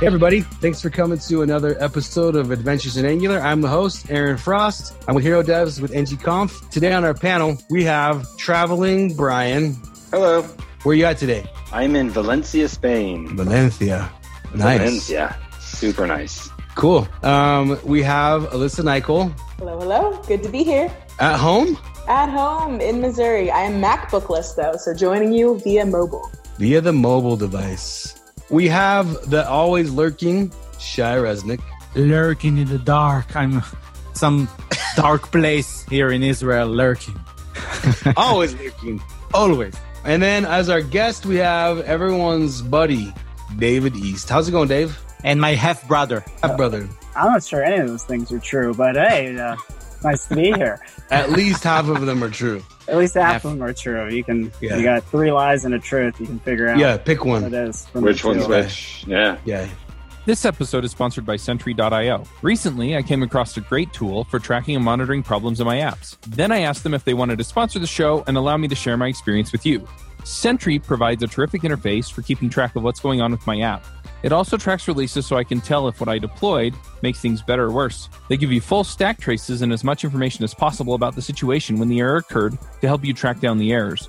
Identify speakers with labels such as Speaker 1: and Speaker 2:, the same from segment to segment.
Speaker 1: Hey, everybody. Thanks for coming to another episode of Adventures in Angular. I'm the host, Aaron Frost. I'm with Hero Devs with ngconf. Today on our panel, we have Traveling Brian.
Speaker 2: Hello.
Speaker 1: Where you at today?
Speaker 2: I'm in Valencia, Spain.
Speaker 1: Valencia. Nice.
Speaker 2: Valencia. Super nice.
Speaker 1: Cool. Um, we have Alyssa Nichol
Speaker 3: Hello, hello. Good to be here.
Speaker 1: at home
Speaker 3: At home in Missouri. I am MacBookless though, so joining you via mobile.
Speaker 1: via the mobile device. We have the always lurking Shy Resnick.
Speaker 4: lurking in the dark. I'm some dark place here in Israel, lurking
Speaker 1: always lurking.
Speaker 4: always.
Speaker 1: And then as our guest, we have everyone's buddy, David East. How's it going, Dave?
Speaker 4: And my half brother.
Speaker 1: Hi, brother.
Speaker 5: I'm not sure any of those things are true, but hey, uh, nice to be here.
Speaker 1: At least half of them are true.
Speaker 5: At least half
Speaker 4: Half.
Speaker 5: of them are true. You can
Speaker 1: Yeah.
Speaker 5: you got three lies and a truth. You can figure out
Speaker 1: Yeah, pick
Speaker 5: what it
Speaker 1: one.
Speaker 5: is. from
Speaker 2: Which
Speaker 5: the
Speaker 2: one's
Speaker 5: two.
Speaker 2: which? Yeah.
Speaker 1: Yeah.
Speaker 6: This episode is sponsored by Sentry.io. Recently, I came across a great tool for tracking and monitoring problems in my apps. Then I asked them if they wanted to sponsor the show and allow me to share my experience with you. Sentry provides a terrific interface for keeping track of what's going on with my app. It also tracks releases so I can tell if what I deployed makes things better or worse. They give you full stack traces and as much information as possible about the situation when the error occurred to help you track down the errors.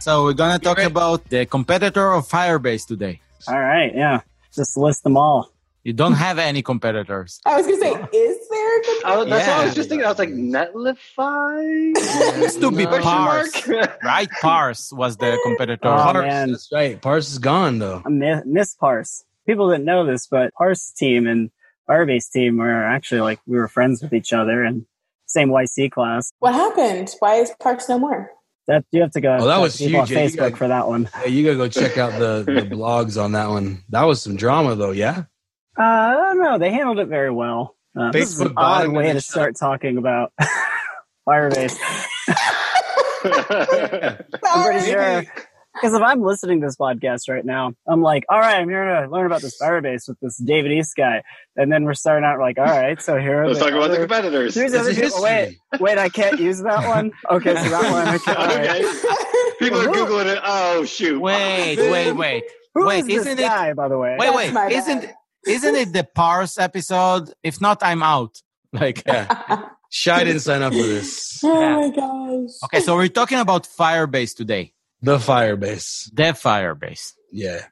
Speaker 4: So we're gonna talk about the competitor of Firebase today.
Speaker 5: All right, yeah. Just list them all.
Speaker 4: You don't have any competitors.
Speaker 3: I was gonna say, is there a good
Speaker 2: I, was- Oh, that's what I
Speaker 4: Yeah.
Speaker 2: was just thinking. I was like, Netlify?
Speaker 4: Used to
Speaker 1: Uh,
Speaker 4: be
Speaker 2: Question
Speaker 4: Parse,
Speaker 2: mark?
Speaker 4: right? Parse was the competitor.
Speaker 5: Oh,
Speaker 1: Parse,
Speaker 5: man.
Speaker 1: that's right. Parse is gone though.
Speaker 5: I mi- miss Parse. People didn't know this, but Parse team and Firebase team were actually like we were friends with each other and same YC class.
Speaker 3: what happened? Why is Parks no more?
Speaker 5: That you have to go.
Speaker 1: Oh, that was
Speaker 5: people
Speaker 1: huge.
Speaker 5: on
Speaker 1: Yeah, you
Speaker 5: Facebook
Speaker 1: gotta-
Speaker 5: for that one.
Speaker 1: Yeah, you gotta go check out the, the blogs on that one. That was some drama though, yeah?
Speaker 5: Uh, no, they handled it very well. Uh, this is
Speaker 1: Facebook
Speaker 5: an
Speaker 1: bought
Speaker 5: odd
Speaker 1: them and
Speaker 5: way to
Speaker 1: they shut
Speaker 5: start talking about Firebase. I'm pretty sure. Because if I'm listening to this podcast right now, I'm like, all right, I'm here to learn about this Firebase with this David East guy. And then we're starting out like, all right, so here are
Speaker 2: Let's
Speaker 5: the
Speaker 2: talk about the
Speaker 5: other-
Speaker 2: competitors.
Speaker 5: Here's the
Speaker 1: It's
Speaker 5: other
Speaker 1: a
Speaker 5: people- Wait,
Speaker 1: history.
Speaker 5: wait, I can't use that one? Okay, so that one. Okay, all right.
Speaker 2: Okay. People are Googling it. Oh, shoot.
Speaker 4: Wait, wait, wait,
Speaker 5: Who
Speaker 4: Wait,
Speaker 5: is this
Speaker 4: isn't it-
Speaker 5: guy, by the way?
Speaker 4: wait,
Speaker 3: That's my bad.
Speaker 4: wait. Isn't isn't it the Parse episode? If not, I'm out. Like,
Speaker 1: Yeah.
Speaker 3: oh
Speaker 1: Shy didn't sign up for this.
Speaker 3: my gosh.
Speaker 4: okay, so we're talking about Firebase today.
Speaker 1: The Firebase.
Speaker 4: The Firebase.
Speaker 1: Yeah.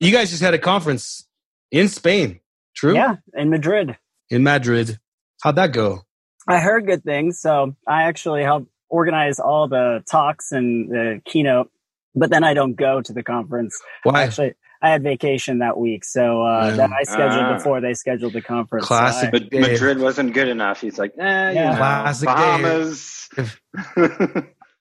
Speaker 1: You guys just had a conference in Spain, true?
Speaker 5: Yeah, in Madrid.
Speaker 1: In Madrid. How'd that go?
Speaker 5: I heard good things, so I actually help organize all the talks and the keynote, but then I don't go to the conference.
Speaker 1: Why?
Speaker 5: Actually, I had vacation that week, so uh,
Speaker 1: Yeah.
Speaker 5: that I scheduled
Speaker 2: Ah.
Speaker 5: before they scheduled the conference. so
Speaker 1: Classic.
Speaker 5: I-
Speaker 2: But Madrid wasn't good enough. He's like, eh, you
Speaker 5: Yeah.
Speaker 2: know,
Speaker 1: Classic
Speaker 2: Bahamas.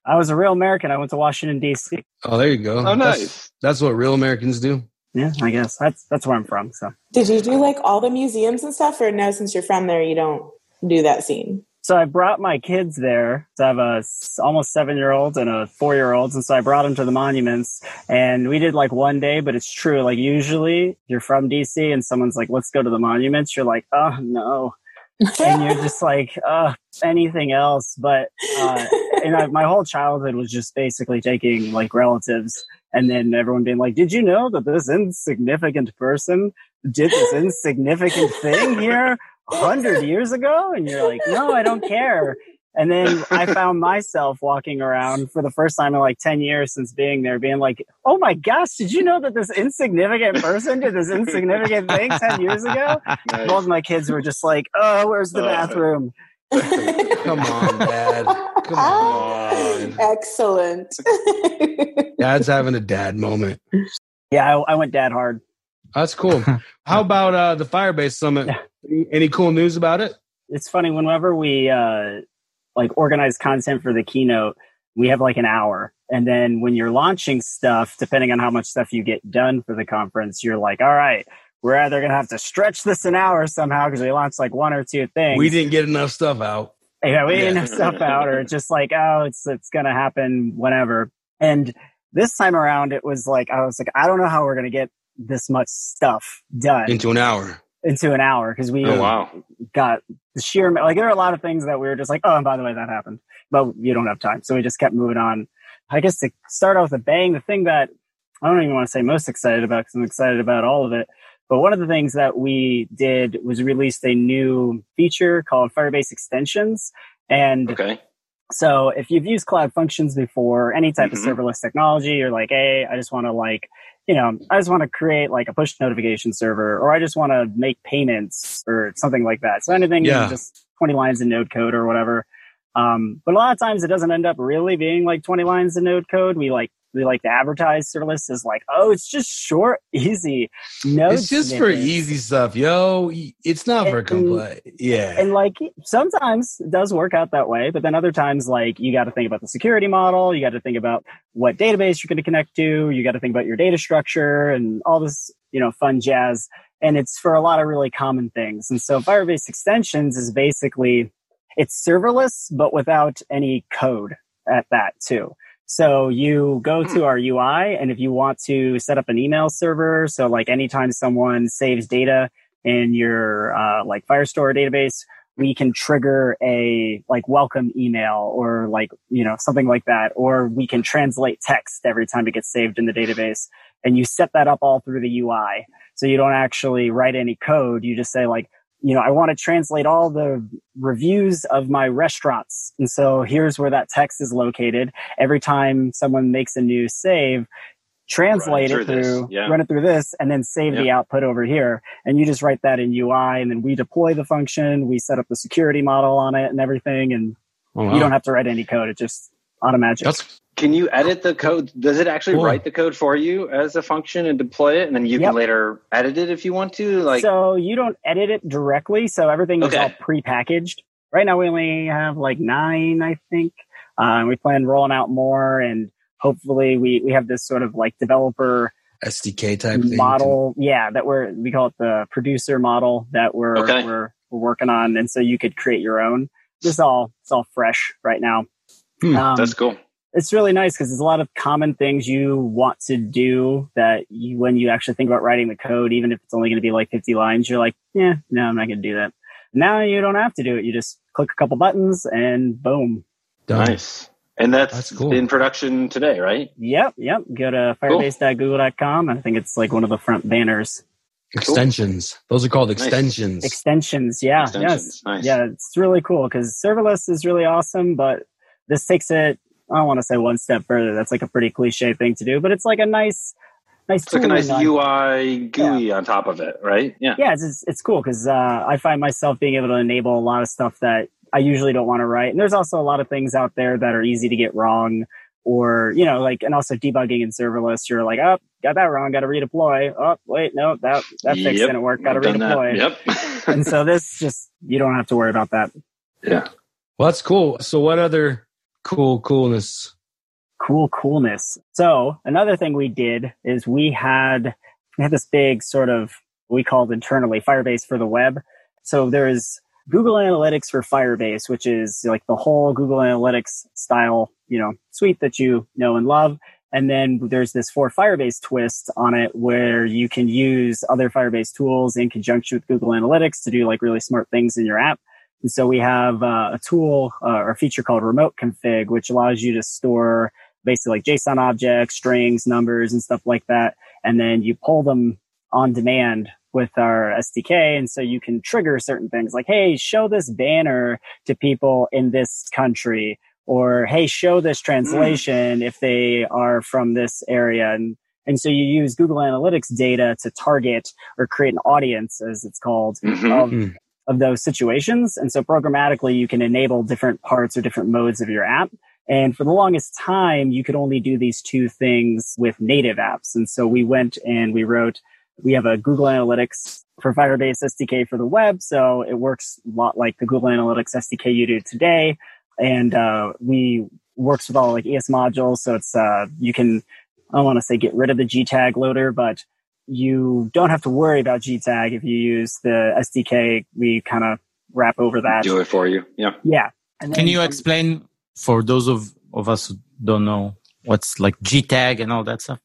Speaker 5: I was a real American. I went to Washington D.C.
Speaker 1: Oh, there you go.
Speaker 2: Oh,
Speaker 1: That's-
Speaker 2: nice.
Speaker 1: that's what real Americans do.
Speaker 5: Yeah, I guess that's that's where I'm from. So,
Speaker 3: Did you do like all the museums and stuff, or no, since you're from there, you don't do that scene?
Speaker 5: so I brought my kids there. So I have a s- almost seven year old and a four year old, and so I brought them to the monuments. And we did like one day, but it's true. Like usually, you're from D.C. and someone's like, "Let's go to the monuments." You're like, "Oh no," and you're just like, "Uh, anything else?" But uh, and I, my whole childhood was just basically taking like relatives and then everyone being like, did you know that this insignificant person did this insignificant thing here a hundred years ago? And you're like, no, I don't care. And then I found myself walking around for the first time in like 10 years since being there, being like, oh my gosh, did you know that this insignificant person did this insignificant thing 10 years ago?
Speaker 2: Nice.
Speaker 5: Both my kids were just like, oh, where's the
Speaker 2: Uh.
Speaker 5: bathroom?
Speaker 1: Come on, Dad. Come on.
Speaker 3: Ah, Excellent.
Speaker 1: Dad's having a dad moment.
Speaker 5: Yeah, I, I went dad hard.
Speaker 1: That's cool. How about uh, the Firebase Summit? Any, any cool news about it?
Speaker 5: it's funny whenever we uh like organize content for the keynote we have like an hour And then when you're launching stuff, depending on how much stuff you get done for the conference, you're like, all right, we're either going to have to stretch this an hour somehow because we launched like one or two things.
Speaker 1: We didn't get enough stuff out.
Speaker 5: Yeah, we didn't
Speaker 2: Yeah.
Speaker 5: have stuff out, or just like, oh, it's it's gonna happen whenever. And this time around, it was like I was like, I don't know how we're gonna get this much stuff done
Speaker 1: into an hour.
Speaker 5: into an hour because we
Speaker 2: Oh wow.
Speaker 5: got the sheer amount- like there are a lot of things that we were just like, oh, and by the way, that happened, but you don't have time, so we just kept moving on. I guess to start off with a bang, the thing that I don't even want to say most excited about because I'm excited about all of it. But one of the things that we did was released a new feature called Firebase Extensions. And
Speaker 2: Okay.
Speaker 5: so if you've used cloud functions before, any type
Speaker 1: Mm-hmm.
Speaker 2: Mhm.
Speaker 5: of serverless technology, you're like, hey, I just want to like, you know, I just want to create like a push notification server, or I just want to make payments or something like that. So anything,
Speaker 1: Yeah.
Speaker 5: yeah. just 20 lines of node code or whatever. Um, but a lot of times it doesn't end up really being like 20 lines of node code. We like, we like to advertise serverless as like, oh, it's just short, easy. No,
Speaker 1: it's just for easy stuff, yo. It's not for
Speaker 5: And-
Speaker 1: complex. Yeah.
Speaker 5: and like sometimes it does work out that way, but then other times, like you got to think about the security model, you got to think about what database you're going to connect to, you got to think about your data structure and all this, you know, fun jazz. And it's for a lot of really common things. And so Firebase extensions is basically it's serverless, but without any code at that too. So you go to our UI and if you want to set up an email server, so like anytime someone saves data in your uh, like Firestore database, we can trigger a like welcome email or like, you know, something like that. Or we can translate text every time it gets saved in the database. And you set that up all through the UI. So you don't actually write any code. You just say like, you know, I want to translate all the reviews of my restaurants. And so here's where that text is located. Every time someone makes a new save, translate
Speaker 2: Run
Speaker 5: it
Speaker 2: it through
Speaker 5: through,
Speaker 2: this, yeah.
Speaker 5: run it through this, and then save the output over here. And you just write that in UI and then we deploy the function. We set up the security model on it and everything. And
Speaker 1: Oh,
Speaker 5: you
Speaker 1: wow.
Speaker 5: don't have to write any code. It just automatic.
Speaker 1: That's
Speaker 2: Can you edit the code? Does it actually
Speaker 1: Cool.
Speaker 2: write the code for you as a function and deploy it, and then you
Speaker 5: Yep.
Speaker 2: can later edit it if you want to? Like,
Speaker 5: so you don't edit it directly. So everything is
Speaker 2: Okay.
Speaker 5: all prepackaged. Right now we only have like nine, I think. Uh, we plan rolling out more and hopefully we, we have this sort of like developer
Speaker 1: SDK type thing.
Speaker 5: model yeah that we're we call it the producer model that we're,
Speaker 2: Okay.
Speaker 5: we're we're working on and so you could create your own this is all it's all fresh right now
Speaker 1: Hmm,
Speaker 5: um,
Speaker 2: that's cool.
Speaker 5: it's really nice because there's a lot of common things you want to do that you when you actually think about writing the code even if it's only going to be like 50 lines you're like yeah no i'm not going to do that now you don't have to do it you just click a couple buttons and boom
Speaker 1: Done.
Speaker 2: Nice. And that's,
Speaker 1: That's cool.
Speaker 2: in production today, right?
Speaker 5: yep yep go to
Speaker 2: Cool.
Speaker 5: firebase.google.com i think it's like one of the front banners
Speaker 1: Extensions. Those are called extensions.
Speaker 5: extensions yeah
Speaker 2: Extensions,
Speaker 5: yes
Speaker 2: nice.
Speaker 5: yeah it's really cool because serverless is really awesome but this takes it i don't want to say one step further that's like a pretty cliche thing to do but it's like a nice nice
Speaker 2: It's like a
Speaker 5: tool
Speaker 2: nice
Speaker 5: and, uh,
Speaker 2: UI GUI on top of it, right? Yeah.
Speaker 5: yeah it's- it's, it's cool because uh, i find myself being able to enable a lot of stuff that i usually don't want to write and there's also a lot of things out there that are easy to get wrong or you know like and also debugging in serverless you're like oh got that wrong gotta redeploy oh wait no that that fix
Speaker 2: Yep,
Speaker 5: didn't work gotta
Speaker 2: I've done that.
Speaker 5: redeploy
Speaker 2: Yep.
Speaker 5: and so this just you don't have to worry about that
Speaker 2: yeah.
Speaker 1: Well, that's cool. So, what other cool coolness?
Speaker 5: cool coolness. So another thing we did is we had we had this big sort of we called internally Firebase for the web. So there is Google Analytics for Firebase, which is like the whole Google Analytics style, you know, suite that you know and love. And then there's this for Firebase twist on it where you can use other Firebase tools in conjunction with Google Analytics to do like really smart things in your app. And so we have uh, a tool uh, or a feature called remote config, which allows you to store basically like JSON objects, strings, numbers, and stuff like that. And then you pull them on demand with our SDK. And so you can trigger certain things like, hey, show this banner to people in this country, or hey, show this translation if they are from this area. And, and so you use Google Analytics data to target or create an audience, as it's called,
Speaker 2: Mhm.
Speaker 5: of,
Speaker 1: Mhm.
Speaker 5: of those situations. And so programmatically, you can enable different parts or different modes of your app. And for the longest time, you could only do these two things with native apps. And so we went and we wrote, we have a Google Analytics for Firebase SDK for the web. So it works a lot like the Google Analytics SDK you do today. And uh, we works with all like ES modules. So it's uh, you can I don't want to say get rid of the G tag loader, but you don't have to worry about G tag if you use the SDK. We kind of wrap over that.
Speaker 2: Do it for you. Yeah.
Speaker 5: Yeah. And
Speaker 4: Can
Speaker 5: then-
Speaker 4: you explain for those of, of us who don't know what's like G tag and all that stuff?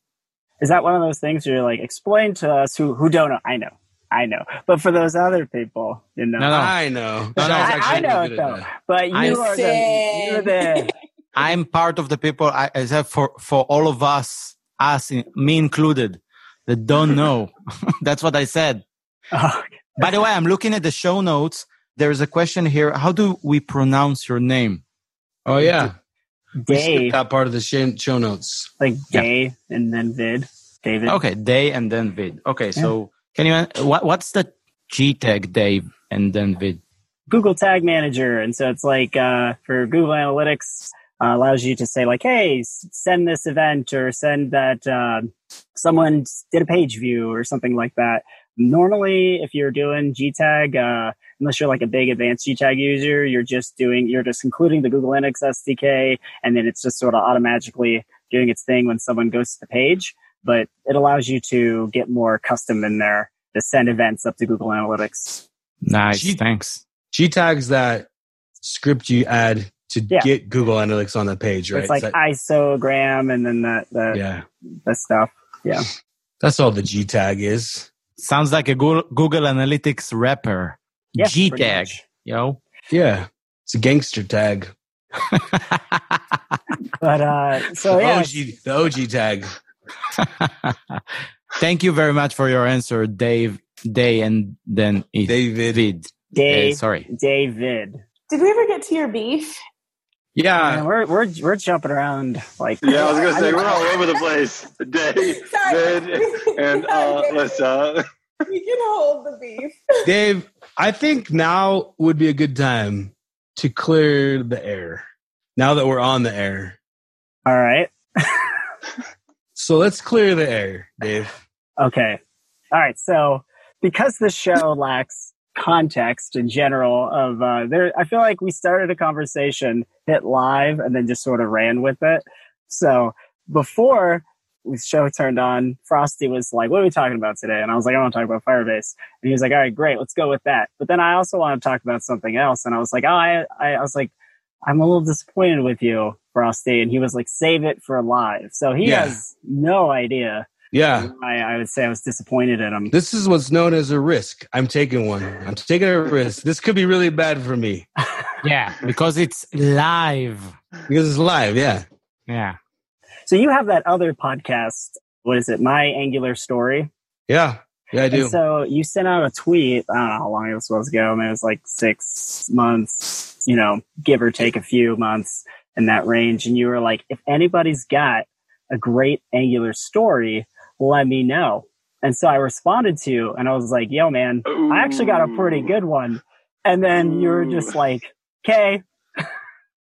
Speaker 5: Is that one of those things you're like explain to us who who don't know? I know, I know. But for those other people, you know.
Speaker 4: No, no.
Speaker 1: I know.
Speaker 4: No, no,
Speaker 1: Sean's
Speaker 5: I- I
Speaker 1: actually
Speaker 5: know
Speaker 1: good
Speaker 5: it,
Speaker 1: at
Speaker 5: though.
Speaker 1: that.
Speaker 5: But you
Speaker 4: I
Speaker 5: are the
Speaker 3: see.
Speaker 5: you're the
Speaker 4: I'm part of the people. I, I said for for all of us, us in, me included, that don't know. That's what I said.
Speaker 5: oh,
Speaker 4: By the way, I'm looking at the show notes. There is a question here. How do we pronounce your name?
Speaker 1: Oh yeah, we
Speaker 5: day
Speaker 1: skipped that part of the sh- show notes.
Speaker 5: like day and then vid David.
Speaker 4: Okay, day and then vid. Okay, so can you what what's the G tag day and then vid?
Speaker 5: Google Tag Manager, and so it's like uh, for Google Analytics uh, allows you to say like, hey, s- send this event or send that um someone s- did a page view or something like that. Normally, if you're doing G Tag, uh, unless you're like a big advanced G Tag user, you're just doing you're just including the Google Analytics SDK, and then it's just sort of automatically doing its thing when someone goes to the page. But it allows you to get more custom in there to send events up to Google Analytics.
Speaker 4: Nice,
Speaker 1: G-
Speaker 4: thanks.
Speaker 1: G tags that script you add to
Speaker 5: Yeah.
Speaker 1: get Google Analytics on the page, right?
Speaker 5: It's like
Speaker 1: Is that-
Speaker 5: isogram and then the the,
Speaker 1: yeah,
Speaker 5: the stuff.
Speaker 1: that's all the G tag is.
Speaker 4: Sounds like a Google, Google Analytics rapper.
Speaker 5: Yeah,
Speaker 4: G
Speaker 5: pretty
Speaker 4: tag,
Speaker 5: much.
Speaker 4: yo.
Speaker 1: Yeah, it's a gangster tag.
Speaker 5: But uh, so yeah,
Speaker 1: OG, the OG tag.
Speaker 4: Thank you very much for your answer, Dave. Day and then it.
Speaker 1: David.
Speaker 4: Vid.
Speaker 5: day
Speaker 4: Uh, sorry.
Speaker 5: David.
Speaker 3: Did we ever get to your beef?
Speaker 5: Man,
Speaker 4: Uh,
Speaker 1: Yeah,
Speaker 5: we're we're we're jumping around like
Speaker 2: Yeah, I was gonna say
Speaker 5: mean,
Speaker 2: we're all over the place. Day, Vid, and uh, let's uh,
Speaker 3: we can hold the beef.
Speaker 1: Dave. I think now would be a good time to clear the air. Now that we're on the air,
Speaker 5: all right.
Speaker 1: so let's clear the air, Dave.
Speaker 5: Okay. All right. So because the show lacks context in general of uh, there, I feel like we started a conversation, hit live, and then just sort of ran with it. So before the show turned on, Frosty was like, "What are we talking about today?" And I was like, "I want to talk about Firebase." And he was like, "All right, great, let's go with that." But then I also want to talk about something else, and I was like, "Oh, I, I, I was like, I'm a little disappointed with you, Frosty." And he was like, "Save it for live." So he
Speaker 1: Yeah.
Speaker 5: has no idea
Speaker 1: Yeah.
Speaker 5: I, I would say I was disappointed in him.
Speaker 1: This is what's known as a risk. I'm taking one. I'm taking a risk. This could be really bad for me
Speaker 4: Yeah, because it's live.
Speaker 1: because it's live. Yeah.
Speaker 4: Yeah.
Speaker 5: So you have that other podcast. What is it? My Angular Story.
Speaker 1: Yeah. Yeah, I do.
Speaker 5: And so you sent out a tweet. I don't know how long this was ago. I mean, it was like six months, you know, give or take a few months in that range. And you were like, if anybody's got a great Angular story, let me know. And so I responded to you and I was like, yo, man, I actually got a pretty good one. And then you were just like, okay.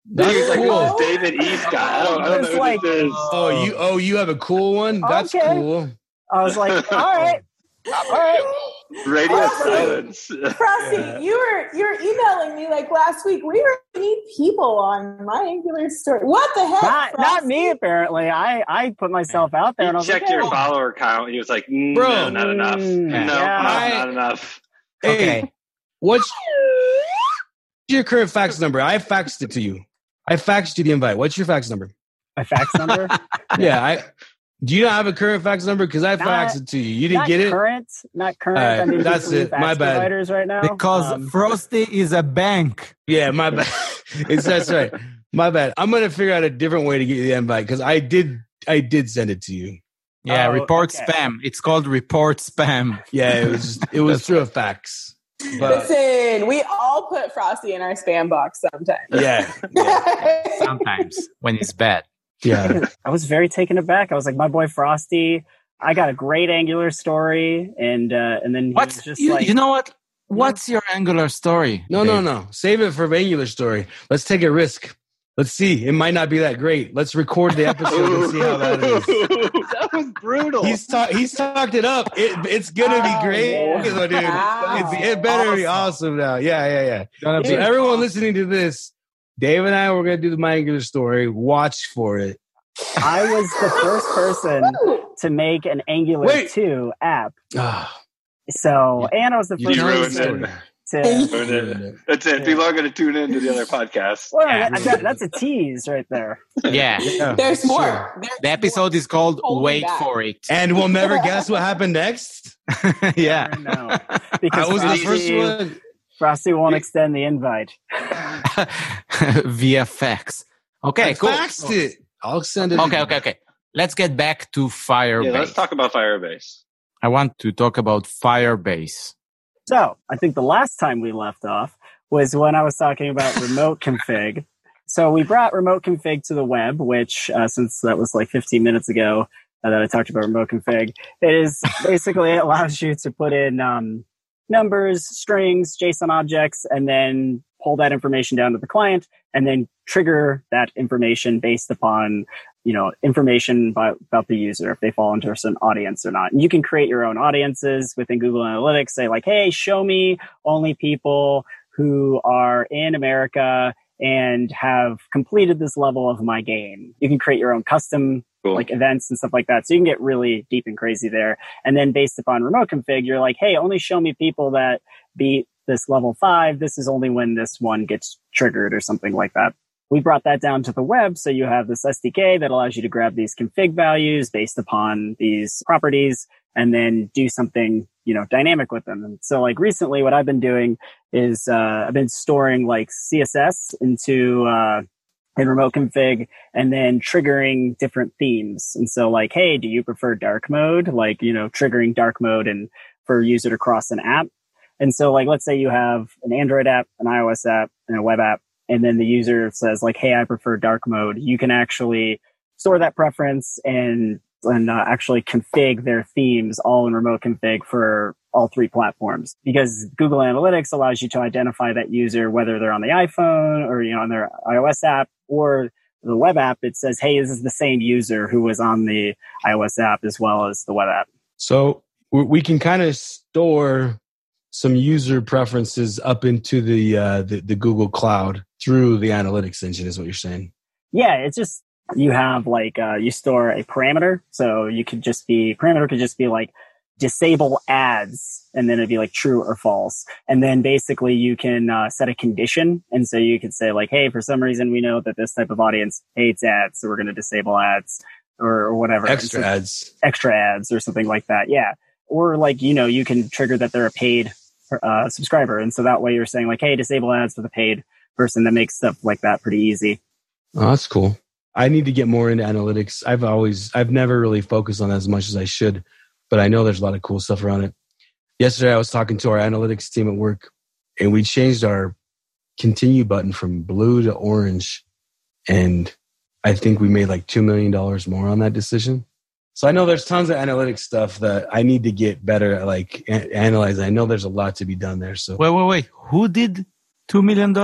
Speaker 1: That's
Speaker 2: Like,
Speaker 1: cool.
Speaker 2: who's David East guy. I don't, I don't know
Speaker 5: It's
Speaker 2: who
Speaker 5: like-
Speaker 2: this is.
Speaker 1: Oh, you oh you have a cool one? That's
Speaker 5: Okay.
Speaker 1: cool.
Speaker 5: I was like, all right. All right.
Speaker 2: Radio
Speaker 3: Awesome.
Speaker 2: silence.
Speaker 3: Frosty, you were you were emailing me like last week. We were need people on my Angular story. What the heck?
Speaker 5: not, not
Speaker 3: Frosty?
Speaker 5: me apparently i i put myself out there and
Speaker 2: He
Speaker 5: i was like
Speaker 2: checked your
Speaker 5: "Hey,
Speaker 2: follower count. He was like, mm,
Speaker 1: Bro.
Speaker 2: no, not enough.
Speaker 5: Mm,
Speaker 2: No,
Speaker 5: yeah.
Speaker 2: not, not enough.
Speaker 1: Hey,
Speaker 4: Okay.
Speaker 1: what's your current fax number? I faxed it to you. I faxed you the invite. What's your fax number?
Speaker 5: my fax number
Speaker 1: Yeah, I do you not have a current fax number? Because I
Speaker 5: Not-
Speaker 1: faxed it to you. You didn't
Speaker 5: not
Speaker 1: get it?
Speaker 5: current not current
Speaker 1: All right,
Speaker 5: I'm using
Speaker 1: that's
Speaker 5: three
Speaker 1: it.
Speaker 5: fax
Speaker 1: My bad.
Speaker 5: providers right now
Speaker 4: Because
Speaker 5: Um,
Speaker 4: Frosty is a bank.
Speaker 1: Yeah, my bad. it's that's right. My bad. I'm gonna figure out a different way to get you the invite because I did I did send it to you.
Speaker 4: Yeah,
Speaker 5: Oh,
Speaker 4: report
Speaker 5: okay.
Speaker 4: spam. It's called report spam.
Speaker 1: Yeah, it was just, it was through a fax. But
Speaker 3: Listen, we all put Frosty in our spam box sometimes.
Speaker 1: yeah,
Speaker 4: Sometimes when it's bad.
Speaker 1: yeah.
Speaker 5: i was very taken aback i was like my boy frosty i got a great angular story and uh and then he
Speaker 4: What's
Speaker 5: was just
Speaker 4: you,
Speaker 5: like
Speaker 4: you know what? What's your angular story?
Speaker 1: No, no,
Speaker 4: Dave?
Speaker 1: no. Save it for regular story. Let's take a risk. Let's see. It might not be that great. Let's record the episode and see how that is.
Speaker 2: that was brutal.
Speaker 1: He's ta- he's talked it up. It, it's gonna
Speaker 3: Oh,
Speaker 1: be great,
Speaker 3: yeah.
Speaker 1: So, dude.
Speaker 3: Wow.
Speaker 1: It's, it better be awesome now. Yeah, yeah, yeah. So everyone listening to this, Dave and I were going to do the Mingular story. Watch for it.
Speaker 5: I was the first person
Speaker 3: Ooh,
Speaker 5: to make an Angular
Speaker 1: Wait.
Speaker 5: 2 app.
Speaker 1: Ah,
Speaker 5: So, and I was the
Speaker 1: You
Speaker 5: first
Speaker 2: You
Speaker 1: ruined
Speaker 2: ruined
Speaker 5: person
Speaker 2: it.
Speaker 5: to.
Speaker 2: Ruined
Speaker 1: ruined
Speaker 2: it.
Speaker 1: it.
Speaker 2: That's it. People are going to tune in to the other podcast.
Speaker 5: Well,
Speaker 4: Yeah.
Speaker 5: that- that- that's a tease right there.
Speaker 4: Yeah.
Speaker 3: There's more. There's
Speaker 4: The episode is called
Speaker 3: Hold me
Speaker 4: Wait
Speaker 3: back.
Speaker 4: for It.
Speaker 1: and we'll never guess what happened next.
Speaker 4: yeah.
Speaker 5: No,
Speaker 1: I
Speaker 5: because
Speaker 1: was the
Speaker 5: Frosty,
Speaker 1: first one.
Speaker 5: Frosty won't extend the invite.
Speaker 4: VFX. Okay,
Speaker 1: I
Speaker 4: cool.
Speaker 1: faxed it. I'll send it.
Speaker 4: Okay, okay, okay. Let's get back to Firebase.
Speaker 2: Yeah, let's talk about Firebase.
Speaker 4: I want to talk about Firebase.
Speaker 5: So I think the last time we left off was when I was talking about remote config. So we brought remote config to the web, which uh, since that was like 15 minutes ago uh, that I talked about remote config, it is basically it allows you to put in um, numbers, strings, JSON objects, and then pull that information down to the client and then trigger that information based upon you know information about, about the user if they fall into a certain audience or not and you can create your own audiences within google analytics say like hey show me only people who are in america and have completed this level of my game you can create your own custom
Speaker 2: Cool.
Speaker 5: like events and stuff like that so you can get really deep and crazy there and then based upon remote config you're like hey only show me people that beat this level five this is only when this one gets triggered or something like that we brought that down to the web. So you have this SDK that allows you to grab these config values based upon these properties and then do something, you know, dynamic with them. And so like recently what I've been doing is, uh, I've been storing like CSS into, uh, in remote config and then triggering different themes. And so like, Hey, do you prefer dark mode? Like, you know, triggering dark mode and for a user to cross an app. And so like, let's say you have an Android app, an iOS app and a web app and then the user says like hey i prefer dark mode you can actually store that preference and and uh, actually config their themes all in remote config for all three platforms because google analytics allows you to identify that user whether they're on the iphone or you know on their ios app or the web app it says hey this is the same user who was on the ios app as well as the web app
Speaker 1: So we- we can kind of store some user preferences up into the, uh, the the Google Cloud through the analytics engine, is what you're saying.
Speaker 5: yeah it's just you have like uh, you store a parameter so you could just be parameter could just be like disable ads and then it'd be like true or false and then basically you can uh, set a condition and so you could say like hey for some reason we know that this type of audience hates ads so we're going to disable ads or, or whatever And
Speaker 1: Extra
Speaker 5: so-
Speaker 1: ads.
Speaker 5: extra ads or something like that. Yeah. Or like, you know, you can trigger that they're a paid uh, subscriber. And so that way you're saying like, hey, disable ads for the paid person that makes stuff like that pretty easy.
Speaker 1: Oh, that's cool. I need to get more into analytics. I've always, I've never really focused on that as much as I should, but I know there's a lot of cool stuff around it. Yesterday, I was talking to our analytics team at work, and we changed our continue button from blue to orange. And I think we made like $2 million more on that decision. So I know there's tons of analytics stuff that I need to get better at, like a- analyzing. I know there's a lot to be done there. So
Speaker 4: Wait, wait, wait. Who did $2 million?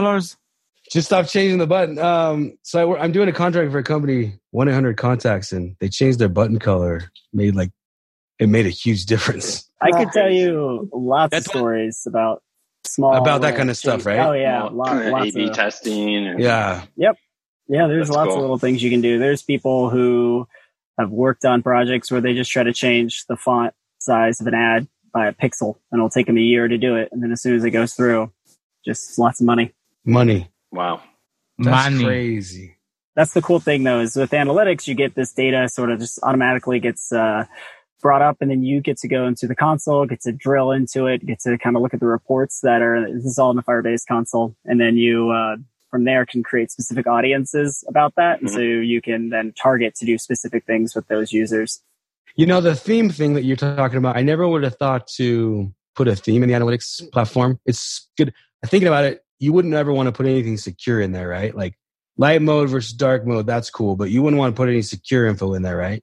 Speaker 1: just stop changing the button. Um, so I, wor- I'm doing a contract for a company, 1 800 Contacts, and they changed their button color. Made like it made a huge difference.
Speaker 5: I could tell you lots
Speaker 4: That's
Speaker 5: of
Speaker 4: what-
Speaker 5: stories about small
Speaker 1: About that
Speaker 5: little
Speaker 1: kind of stuff,
Speaker 5: change-
Speaker 1: right?
Speaker 5: Oh yeah,
Speaker 2: Well,
Speaker 5: lot, lots
Speaker 2: A/B
Speaker 5: of
Speaker 2: testing. And
Speaker 1: Yeah,
Speaker 5: yeah. There's
Speaker 2: That's
Speaker 5: lots
Speaker 2: cool.
Speaker 5: of little things you can do. There's people who have worked on projects where they just try to change the font size of an ad by a pixel, and it'll take them a year to do it. And then as soon as it goes through, just lots of money.
Speaker 1: money.
Speaker 2: Wow.
Speaker 1: That's
Speaker 4: Money.
Speaker 1: crazy.
Speaker 5: that's the cool thing though is with analytics you get this data sort of just automatically gets uh, brought up and then you get to go into the console get to drill into it get to kind of look at the reports that are this is all in the firebase console and then you uh, from there can create specific audiences about that and so you can then target to do specific things with those users
Speaker 1: You know, the theme thing that you're talking about, I never would have thought to put a theme in the analytics platform. It's good. I'm Thinking about it, you wouldn't ever want to put anything secure in there, right? Like light mode versus dark mode, that's cool, but you wouldn't want to put any secure info in there, right?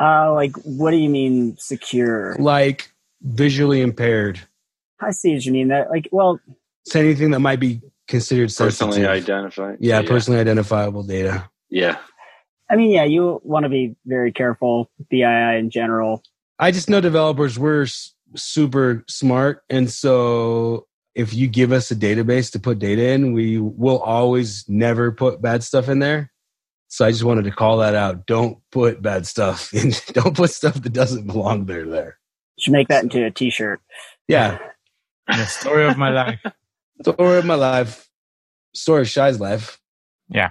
Speaker 5: uh, like what do you mean secure
Speaker 1: Like visually impaired.
Speaker 5: i see what you mean that like well
Speaker 1: It's anything that might be considered
Speaker 2: Personally
Speaker 1: sensitive.
Speaker 2: identified.
Speaker 1: Yeah, personally identifiable data.
Speaker 2: Yeah.
Speaker 5: i mean yeah you want to be very careful with bii in general
Speaker 1: I just know developers we're s- super smart, and so if you give us a database to put data in, we will always never put bad stuff in there. So I just wanted to call that out. Don't put bad stuff in. Don't put stuff that doesn't belong there. There.
Speaker 5: Should make that into a T-shirt.
Speaker 1: Yeah.
Speaker 4: The story of my life.
Speaker 1: Story of my life. Story of Shy's life.
Speaker 6: Yeah.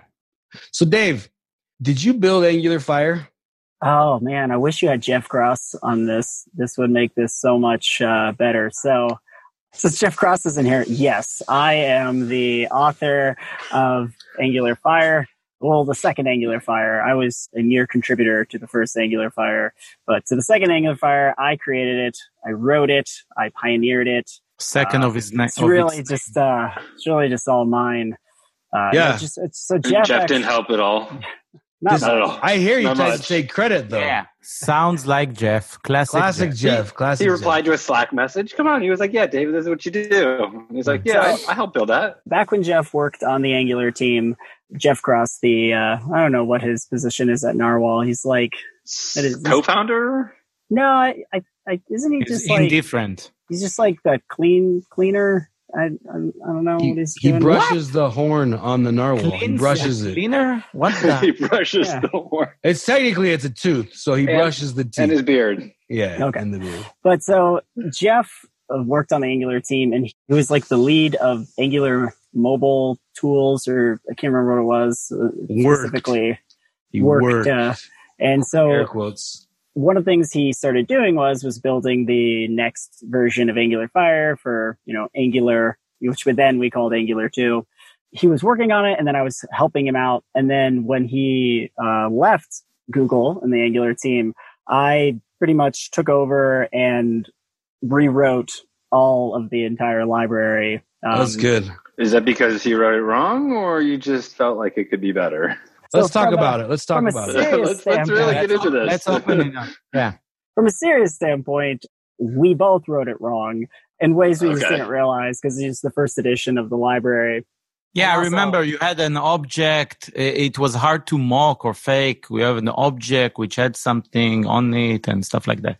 Speaker 1: So Dave, did you build Angular Fire?
Speaker 5: Oh man, I wish you had Jeff Gross on this. This would make this so much uh, better. So, since Jeff Gross is in here, yes, I am the author of Angular Fire. Well, the second Angular Fire. I was a near contributor to the first Angular Fire, but to the second Angular Fire, I created it, I wrote it, I pioneered it.
Speaker 4: Second of his night.
Speaker 5: It's really just, uh, it's really just all mine. Uh,
Speaker 1: Yeah.
Speaker 5: it's just, it's, so
Speaker 2: Jeff,
Speaker 5: Jeff,
Speaker 2: didn't
Speaker 5: actually-
Speaker 2: help at all.
Speaker 5: not
Speaker 2: Not at all.
Speaker 1: I hear you
Speaker 2: Not
Speaker 1: guys
Speaker 2: much.
Speaker 1: take credit though.
Speaker 4: Yeah. Sounds like Jeff. Classic.
Speaker 1: Classic
Speaker 4: Jeff.
Speaker 1: Jeff. Classic.
Speaker 2: He replied to a Slack message. Come on. He was like, Yeah, David, this is what you do. He's like, Yeah, I, I helped build that.
Speaker 5: back when Jeff worked on the Angular team, Jeff Cross, the uh, I don't know what his position is at Narwhal. He's like, That is-
Speaker 2: Co founder?
Speaker 5: no, I, I, I isn't he
Speaker 4: He's
Speaker 5: just like
Speaker 4: indifferent.
Speaker 5: he's just like the clean cleaner. I, I, I don't know what
Speaker 1: He,
Speaker 5: he's
Speaker 1: he
Speaker 5: doing.
Speaker 1: brushes the horn on the narwhal. he
Speaker 4: Cleans-
Speaker 1: brushes it.
Speaker 4: Cleaner? What
Speaker 2: he
Speaker 4: the?
Speaker 2: brushes
Speaker 5: Yeah.
Speaker 2: the horn
Speaker 1: It's technically it's a tooth, so he
Speaker 2: And-
Speaker 1: brushes the teeth.
Speaker 2: and his beard.
Speaker 1: yeah.
Speaker 5: Okay.
Speaker 1: And the beard.
Speaker 5: But so Jeff uh, worked on the Angular team and he was like the lead of Angular mobile tools, or I can't remember what it was uh,
Speaker 1: Worked.
Speaker 5: specifically.
Speaker 1: He
Speaker 5: Worked,
Speaker 1: worked.
Speaker 5: uh, And so
Speaker 1: air quotes.
Speaker 5: one of the things he started doing was was building the next version of Angular Fire for you know Angular, which would then we called Angular Two. He was working on it, and then I was helping him out. And then when he uh, left Google and the Angular team, I pretty much took over and rewrote all of the entire library.
Speaker 1: That's
Speaker 5: Um,
Speaker 1: good.
Speaker 2: Is that because he wrote it wrong or you just felt like it could be better?
Speaker 5: so
Speaker 1: Let's talk
Speaker 5: from a-
Speaker 1: about it. Let's talk
Speaker 5: from a
Speaker 1: about it.
Speaker 5: serious
Speaker 2: let's, let's really
Speaker 5: standpoint-
Speaker 2: get into this.
Speaker 4: Let's open it up.
Speaker 5: from a serious standpoint, we both wrote it wrong in ways we just
Speaker 2: Okay.
Speaker 5: didn't realize because it's the first edition of the library.
Speaker 4: Yeah, I
Speaker 5: Also-
Speaker 4: remember you had an object. i- It was hard to mock or fake. We have an object which had something on it and stuff like that.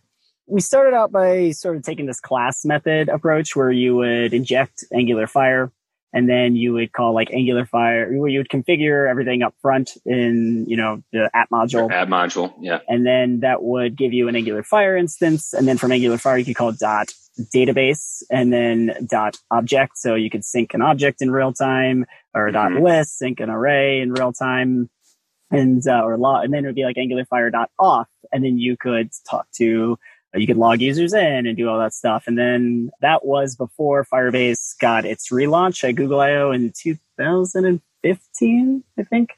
Speaker 5: we started out by sort of taking this class method approach where you would inject Angular Fire and then you would call like Angular Fire where you would configure everything up front in, you know, the app module.
Speaker 2: Add module. Yeah.
Speaker 5: And then that would give you an Angular Fire instance. And then from Angular Fire, you could call dot database and then dot object. So you could sync an object in real time or dot
Speaker 2: Mhm.
Speaker 5: list, sync an array in real time and, uh, or log. And then it would be like Angular Fire dot off. And then you could talk to, uh, you could log users in and do all that stuff. And then that was before Firebase got its relaunch at Google IO in 2015, I think.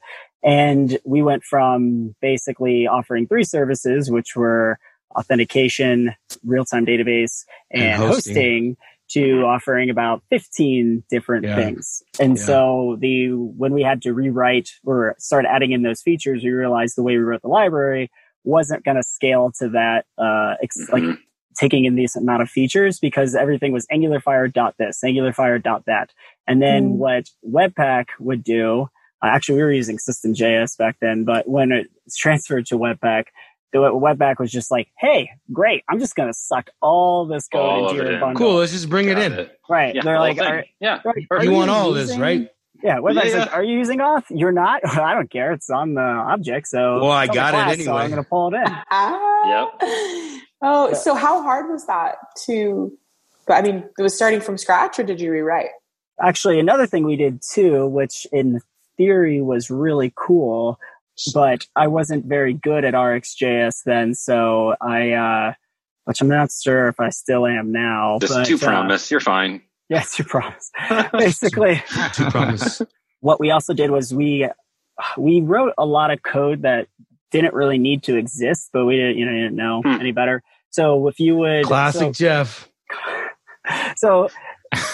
Speaker 5: And we went from basically offering three services, which were authentication, real time database, and,
Speaker 1: And hosting.
Speaker 5: hosting. to offering about 15 different
Speaker 1: Yeah.
Speaker 5: things. And
Speaker 1: Yeah.
Speaker 5: so the, when we had to rewrite or start adding in those features, we realized the way we wrote the library wasn't going to scale to that, uh, ex- like
Speaker 2: Mhm.
Speaker 5: taking in this amount of features because everything was Angular Fire dot this, Angular Fire dot that. And
Speaker 3: Mm.
Speaker 5: then what Webpack would do, uh, actually we were using System.js back then, but when it was transferred to Webpack, the Web- Webpack was just like, hey, great, I'm just going to suck all this code
Speaker 2: All of
Speaker 5: into
Speaker 2: it
Speaker 5: your
Speaker 2: in.
Speaker 5: bundle.
Speaker 1: Cool. Let's just bring it
Speaker 2: Got
Speaker 1: in.
Speaker 5: Right.
Speaker 2: Yeah.
Speaker 5: They're
Speaker 2: whole
Speaker 5: like,
Speaker 2: thing.
Speaker 5: are,
Speaker 2: yeah.
Speaker 5: are- are
Speaker 1: You want all this,
Speaker 5: using-"
Speaker 1: right?
Speaker 5: Yeah. Webpack's
Speaker 2: Yeah.
Speaker 5: like, are you using auth? You're not? I don't care. It's on the object. So
Speaker 1: Well, I
Speaker 5: it's on the
Speaker 1: got it
Speaker 5: class, So
Speaker 1: anyway.
Speaker 5: I'm going to pull it in.
Speaker 3: Ah. Oh, so how hard was that to? But I mean, it was starting from scratch, or did you rewrite?
Speaker 5: actually another thing we did too which in theory was really cool but i wasn't very good at rxjs then so i uh which i'm not sure if i still am now
Speaker 2: Just
Speaker 5: but
Speaker 2: to
Speaker 5: uh,
Speaker 2: promise. You're fine.
Speaker 5: yeah to promise basically
Speaker 1: To promise.
Speaker 5: what we also did was we we wrote a lot of code that didn't really need to exist but we didn't you know didn't know
Speaker 2: Hmm.
Speaker 5: any better so if you would
Speaker 1: Classic
Speaker 5: so-
Speaker 1: Jeff.
Speaker 5: so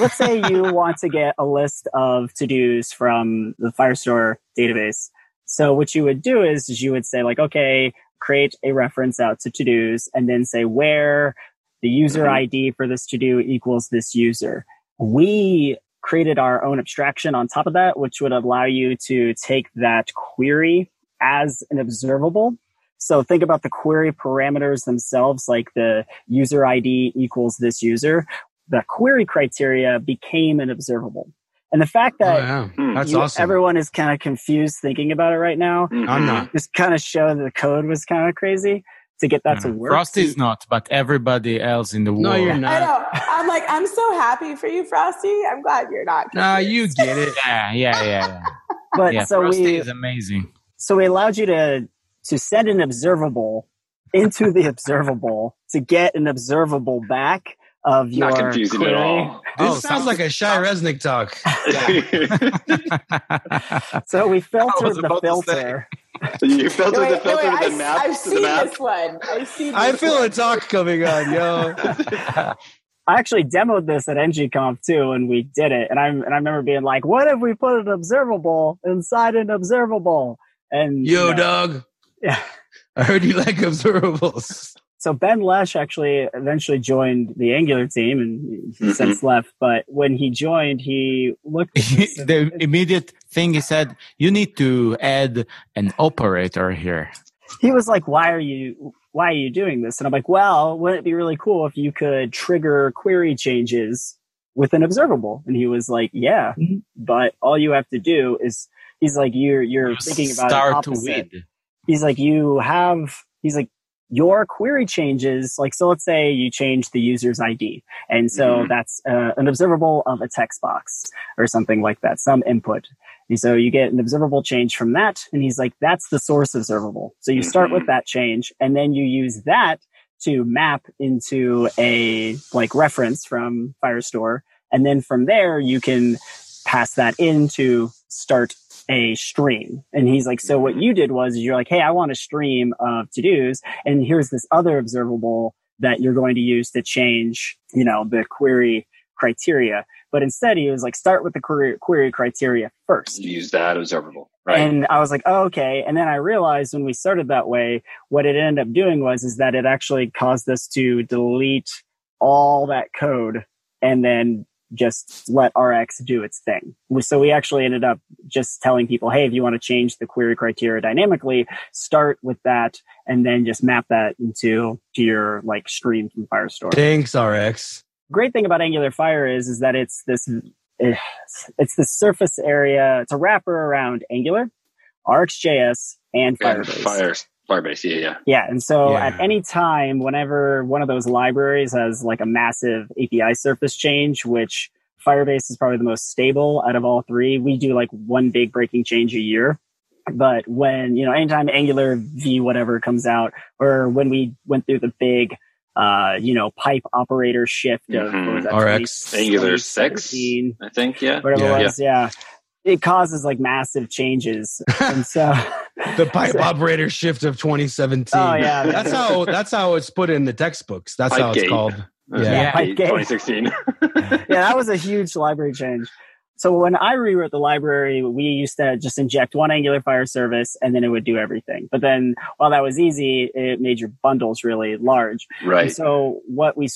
Speaker 5: let's say you want to get a list of to-dos from the Firestore database. So what you would do is, is you would say like, okay, create a reference out to to-dos and then say where the user
Speaker 2: Mhm.
Speaker 5: ID for this to-do equals this user. We created our own abstraction on top of that, which would allow you to take that query as an observable. So think about the query parameters themselves, like the user ID equals this user the query criteria became an observable. And the fact
Speaker 1: Oh,
Speaker 5: that
Speaker 1: yeah.
Speaker 2: Hmm.
Speaker 1: That's
Speaker 5: you-
Speaker 1: awesome.
Speaker 5: everyone is kind of confused thinking about it right now
Speaker 2: Mm-hmm.
Speaker 1: I'm not.
Speaker 5: just kind of show that the code was kind of crazy to get that to
Speaker 4: Yeah.
Speaker 5: work.
Speaker 4: Frosty's not, but everybody else in the
Speaker 5: Hmm.
Speaker 4: world.
Speaker 1: No, you're
Speaker 3: I
Speaker 1: not.
Speaker 3: know. I'm like, I'm so happy for you, Frosty. I'm glad you're not.
Speaker 1: Nah, you get it.
Speaker 4: Yeah, yeah, yeah. yeah.
Speaker 5: But
Speaker 4: yeah
Speaker 5: so
Speaker 4: Frosty
Speaker 5: we
Speaker 4: is amazing.
Speaker 5: so we allowed you to to send an observable into the observable to get an observable back of your
Speaker 2: Not confusing
Speaker 5: query.
Speaker 2: at all.
Speaker 1: This
Speaker 4: Oh,
Speaker 1: sounds
Speaker 4: sounds-
Speaker 1: like a shy Resnick talk.
Speaker 5: So we filtered
Speaker 4: was
Speaker 5: the
Speaker 4: about to say.
Speaker 5: filter.
Speaker 2: you filtered
Speaker 3: No, wait,
Speaker 2: the
Speaker 3: no,
Speaker 2: filter
Speaker 3: wait,
Speaker 2: to
Speaker 3: I,
Speaker 2: the map
Speaker 3: have
Speaker 2: to the
Speaker 3: seen
Speaker 2: map.
Speaker 3: this one. I see. This
Speaker 1: I feel
Speaker 3: one.
Speaker 1: a talk coming on, yo.
Speaker 5: I actually demoed this at ngconf too when we did it, and I and I remember being like, "What if we put an observable inside an observable?" And you
Speaker 1: Yo,
Speaker 5: know,
Speaker 1: dog.
Speaker 5: Yeah.
Speaker 1: I heard you like observables.
Speaker 5: So Ben Lesh actually eventually joined the Angular team and
Speaker 2: Mhm.
Speaker 5: he's since left. But when he joined, he looked at this and-
Speaker 4: the immediate thing he said, you need to add an operator here.
Speaker 5: he was like, "Why are you? Why are you doing this?" And I'm like, "Well, wouldn't it be really cool if you could trigger query changes with an observable?" And he was like, "Yeah, but all you have to do is." He's like, "You're you're thinking about it
Speaker 4: start to
Speaker 5: opposite."
Speaker 4: win.
Speaker 5: he's like you have he's like your query changes like so let's say you change the user's id and so
Speaker 2: Mhm.
Speaker 5: that's uh, an observable of a text box or something like that some input and so you get an observable change from that and he's like that's the source observable so you start with
Speaker 2: Mhm.
Speaker 5: that change and then you use that to map into a like reference from firestore and then from there you can pass that in to start a stream. And he's like, so what you did was you're like, hey, I want a stream of to dos, and here's this other observable that you're going to use to change, you know, the query criteria. But instead, he was like, start with the query, query criteria first.
Speaker 2: Use that observable, right?
Speaker 5: And I was like, oh, okay. And then I realized when we started that way, what it ended up doing was is that it actually caused us to delete all that code and then just let RX do its thing. We- So we actually ended up just telling people, hey, if you want to change the query criteria dynamically, start with that and then just map that into to your like stream from Firestore
Speaker 1: Thanks, RX.
Speaker 5: great thing about Angular Fire is is that it's this it's, it's the surface area. It's a wrapper around Angular, RxJS, and
Speaker 2: And
Speaker 5: Firebase.
Speaker 2: Fires- Firebase, yeah, yeah.
Speaker 5: Yeah, and so
Speaker 1: Yeah.
Speaker 5: at any time, whenever one of those libraries has like a massive API surface change, which Firebase is probably the most stable out of all three, we do like one big breaking change a year. But when you know, anytime Angular v whatever comes out, or when we went through the big, uh, you know, pipe operator shift of what
Speaker 1: Mm-hmm.
Speaker 5: was that,
Speaker 1: RX.
Speaker 5: 20,
Speaker 2: Angular six,
Speaker 5: 17,
Speaker 2: I think, yeah.
Speaker 5: whatever
Speaker 1: Yeah.
Speaker 5: it was, yeah. It causes like massive changes, and so
Speaker 1: The pipe operator shift of 2017.
Speaker 5: oh yeah,
Speaker 1: That's how that's how it's put in the textbooks. That's how it's
Speaker 2: Pipegate.
Speaker 1: called.
Speaker 2: That's
Speaker 1: Yeah.
Speaker 5: Yeah.
Speaker 2: eight, 2016.
Speaker 5: yeah, that was a huge library change. So when I rewrote the library, we used to just inject one Angular Fire service and then it would do everything. But then while that was easy, it made your bundles really large. And
Speaker 2: right.
Speaker 5: so what we